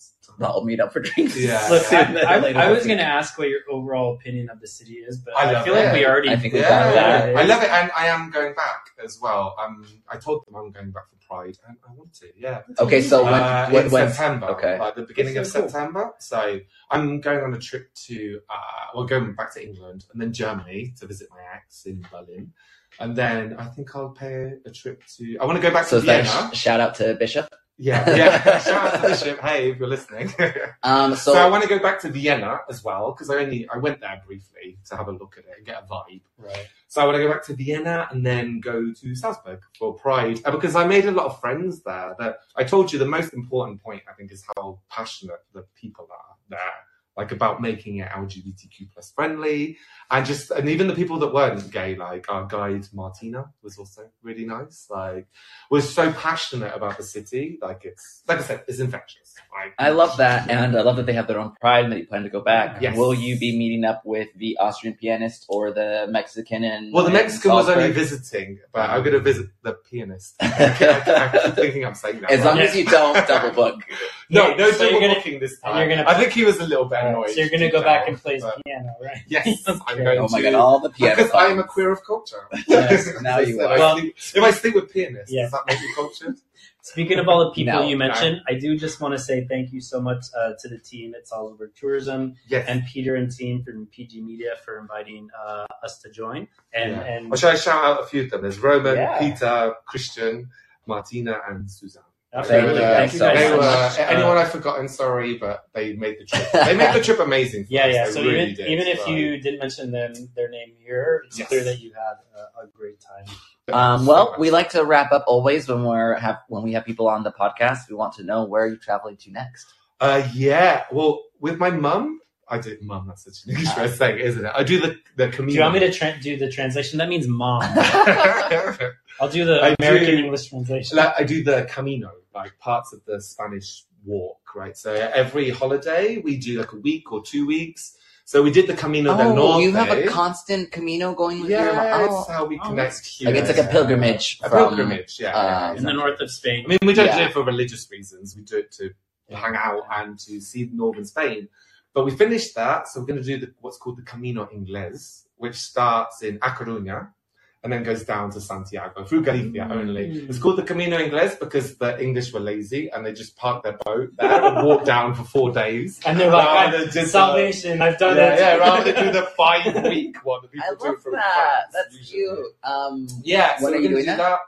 all meet up for drinks.
Yeah.
Look,
soon
I, I-
later.
I was going to ask what your overall opinion of the city is, but
I
I,
love
feel
it.
like we already.
I think we got
Yeah,
it.
I love it, and I am going back as well. Um, I told them I'm going back for Pride, and I want to. Yeah.
Okay, so when,
Uh,
when,
in
when-
September,
okay.
like the beginning of
That's so cool.
September. So I'm going on a trip to, uh, well, going back to England and then Germany to visit my ex in Berlin, and then I think I'll pay a trip to. I want to go back
So
to
is that
Vienna.
a sh- shout out to Bishop?
yeah, yeah. Shout out to the ship. Hey, if you're listening.
Um,
So,
so,
I want to go back to Vienna as well because I only I went there briefly to have a look at it and get a vibe.
Right.
So I want to go back to Vienna and then go to Salzburg for Pride Uh, because I made a lot of friends there. That I told you the most important point I think is how passionate the people are there, like about making it LGBTQ plus friendly and just and even the people that weren't gay, like our guide Martina was also really nice. Like was so passionate about the city. Like it's like I said, it's infectious. Like,
I love that, and I love that they have their own pride and that you plan to go back.
Yes.
Will you be meeting up with the Austrian pianist or the Mexican? And
Well, the Mexican was only
Salzburg?
visiting, but I'm going to visit the pianist. I keep- I keep thinking I'm saying that.
As long
wrong.
as you don't double book.
no,
Yeah,
no
so you're
double
gonna-
booking this
and
time.
you're gonna-
I think he was a little bit
All
annoyed.
right, so you're going to go back and play his
But-
piano, right?
Yes, I'm
Okay.
going
Oh my
to.
god, all the piano.
because I am a
songs.
queer of culture.
Yes, now you
If
are.
I
Well-
sleep- if I sleep with pianists,
Yeah.
does that make you cultured?
Speaking of all the people
No,
you
no.
mentioned, I do just want to say thank you so much uh, to the team at Salzburg Tourism
Yes.
and Peter and team from PG Media for inviting uh, us to join. And,
Yeah.
and
Or should I shout out a few of them? There's Roman,
Yeah.
Peter, Christian, Martina, and Suzanne.
Thank
absolutely,
you
uh, thank you
so
guys
they
so
were,
much.
anyone
Uh,
I've forgotten, sorry, but they made the trip. They made the trip amazing. For
yeah,
us.
yeah.
They
So
really
even,
did,
even if
like-
you didn't mention them, their name here, it's
Yes.
clear that you had a, a great time.
Um,
So
well,
much.
we like to wrap up always when we're have when we have people on the podcast. We want to know where you're traveling to next.
Uh, yeah. Well, with my mum, I do, mum. That's such an English uh, thing, isn't it? I do the the
Do
comedian.
you want me to tra- do the translation? That means mom.
to?
I'll do the
I
American
do-
English translation.
like, I do the Camino, like parts of the Spanish walk, right? So every holiday we do like a week or two weeks. So we did the Camino del
Oh,
Norte.
you have a constant Camino going with your
yeah,
mom.
it's how we
Oh,
connect here.
Like it's like a pilgrimage
A
from
pilgrimage, yeah.
uh,
in the north of Spain.
I mean, we don't do
Yeah.
it for religious reasons. We do it to hang out and to see northern Spain. But we finished that, so we're going to do the, what's called the Camino Inglés, which starts in A Coruña and then goes down to Santiago through Galicia only.
Mm.
It's called the Camino Inglés because the English were lazy and they just parked their boat there and walked down for four days.
And they're like,
Rather
I,
than just,
salvation, I've
Yeah,
done it.
yeah, rather than do the five week one. that
I
people do
love
from
that.
France
That's
usually.
cute. Um,
Yeah, so
When are
we're
you
going to
doing
do that.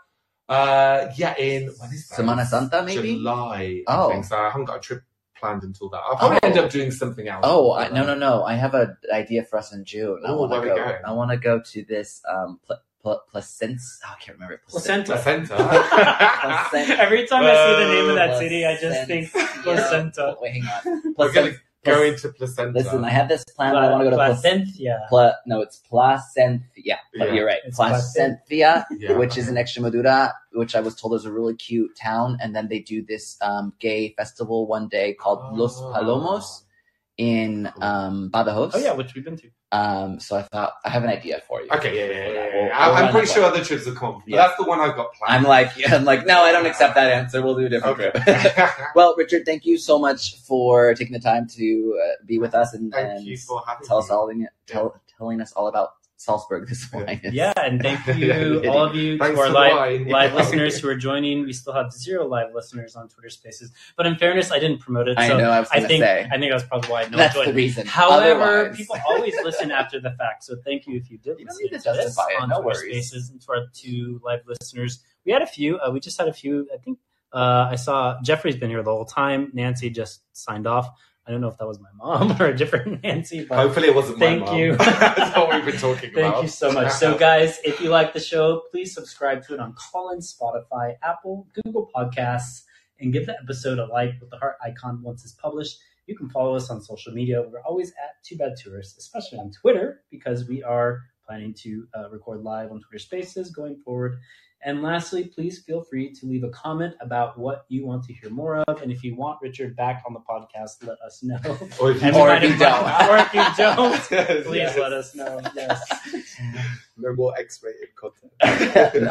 Uh, yeah, in when is that?
Semana Santa, maybe?
July.
Oh.
I think. so. I haven't got a trip planned until that. I'll probably
Oh.
end up doing something else.
Oh
before
I, no
then.
no no! I have an idea for us in June. I
Ooh,
want
where
to
we
go.
going?
I want to go to this um pl- pl- Placence. Oh, I can't remember it.
Placenta.
Placenta.
Placenta.
Every time I see the name of that
Placenta.
city, I just think placenta.
Wait, hang on.
We're gonna
Placen-
go into placenta.
Listen, I have this plan. that I want to go to Placen-
Placentia.
Pla- no, it's Placenthia. Yeah.
Yeah.
You're right.
It's
Placenthia,
Yeah.
which is in Extremadura, which I was told is a really cute town. And then they do this um, gay festival one day called Los
Oh.
Palomos in um, Badajoz.
Oh yeah, which we've been to.
Um, so I thought I have an idea for you.
Okay, yeah, yeah, yeah. yeah,
We'll-
yeah.
we'll
I,
run
I'm pretty
that
sure
way.
other trips will come, but
oh, Yeah.
that's the one I've got
I'm
planned.
like, I'm like, no, I don't accept that answer. We'll do a different trip. well, Richard, thank you so much for taking the time to uh, be with us and,
Thank
and
you for having
tell
me.
us all tell, telling us all about Salzburg this morning.
Yeah, and thank you,
Yeah.
all of you,
Thanks
to our
for the
live,
wine.
live
Yeah.
listeners who are joining. We still have zero live listeners on Twitter Spaces, but in fairness, I didn't promote it,
I
so
know. I was
I
gonna
think
say
I think that's probably why no one
that's the
joined.
reason.
However,
Otherwise-
people always listen after the fact, so thank you if you did
You don't
listen
need to
this
justify it,
on
no
Twitter
worries.
Spaces and to our two live listeners. We had a few. Uh, we just had a few. I think uh, I saw Jeffrey's been here the whole time. Nancy just signed off. I don't know if that was my mom or a different Nancy, but
Hopefully, it wasn't
Thank
my mom.
you.
that's what we've been talking about.
Thank you so much. So, guys, if you like the show, please subscribe to it on Colin, Spotify, Apple, Google Podcasts, and give the episode a like with the heart icon once it's published. You can follow us on social media. We're always at Too Bad Tourists, especially on Twitter, because we are planning to uh, record live on Twitter Spaces going forward. And lastly, please feel free to leave a comment about what you want to hear more of. And if you want Richard back on the podcast, let us know.
Or if you
And
Or
we might
if you
invite-
don't.
or if you don't,
Yes.
please let us know. Yes.
No more X-rated content.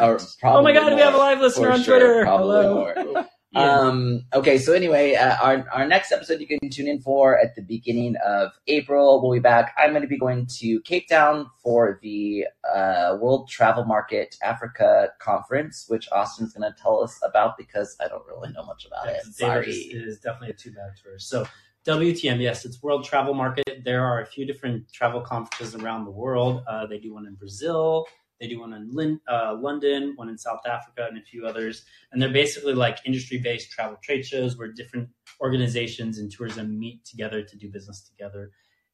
Or
Oh my
probably
god, we have a
more.
live listener
For
on
sure,
Twitter.
probably
Hello.
more.
Yeah.
Um, okay, so anyway, uh, our, our next episode you can tune in for at the beginning of April. We'll be back. I'm going to be going to Cape Town for the uh, World Travel Market Africa Conference, which Austin's going to tell us about because I don't really know much about
Yeah,
it.
'cause David is,
Sorry.
is definitely a too bad tourist. So WTM, yes, it's World Travel Market. There are a few different travel conferences around the world. Uh, they do one in Brazil. They do one in Lin- uh, London, one in South Africa, and a few others. And they're basically like industry-based travel trade shows where different organizations and tourism meet together to do business together.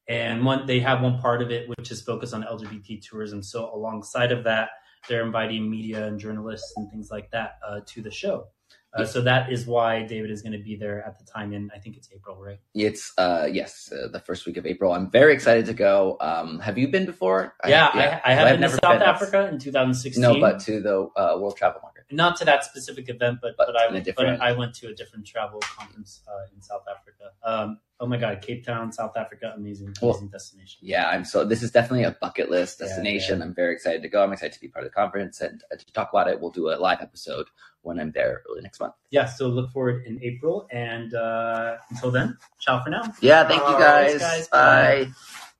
And one, they have one part of it which is focused on LGBT tourism. So alongside of that, they're inviting media and journalists and things like that uh, to the show. Uh, so that is why David is going to be there at the time in I think it's April, right?
It's, uh, yes, uh, the first week of April. I'm very excited to go. Um, have you been before?
yeah, I, I have been
I've
to
never
South
been.
Africa in 2016.
No, but to the uh, World Travel Market.
not to that specific event, but
But
but,
in a
I
different-
but I went to a different travel conference uh, in South Africa. Um, oh my God, Cape Town, South Africa, amazing,
Well,
amazing destination.
Yeah, I'm so. This is definitely a bucket list
Yeah,
destination. I'm very excited to go. I'm excited to be part of the conference and uh, to talk about it. We'll do a live episode when I'm there early next month.
Yeah, so look forward in April, and uh, until then, ciao for now.
Yeah, thank you
Alright,
guys.
guys. Bye.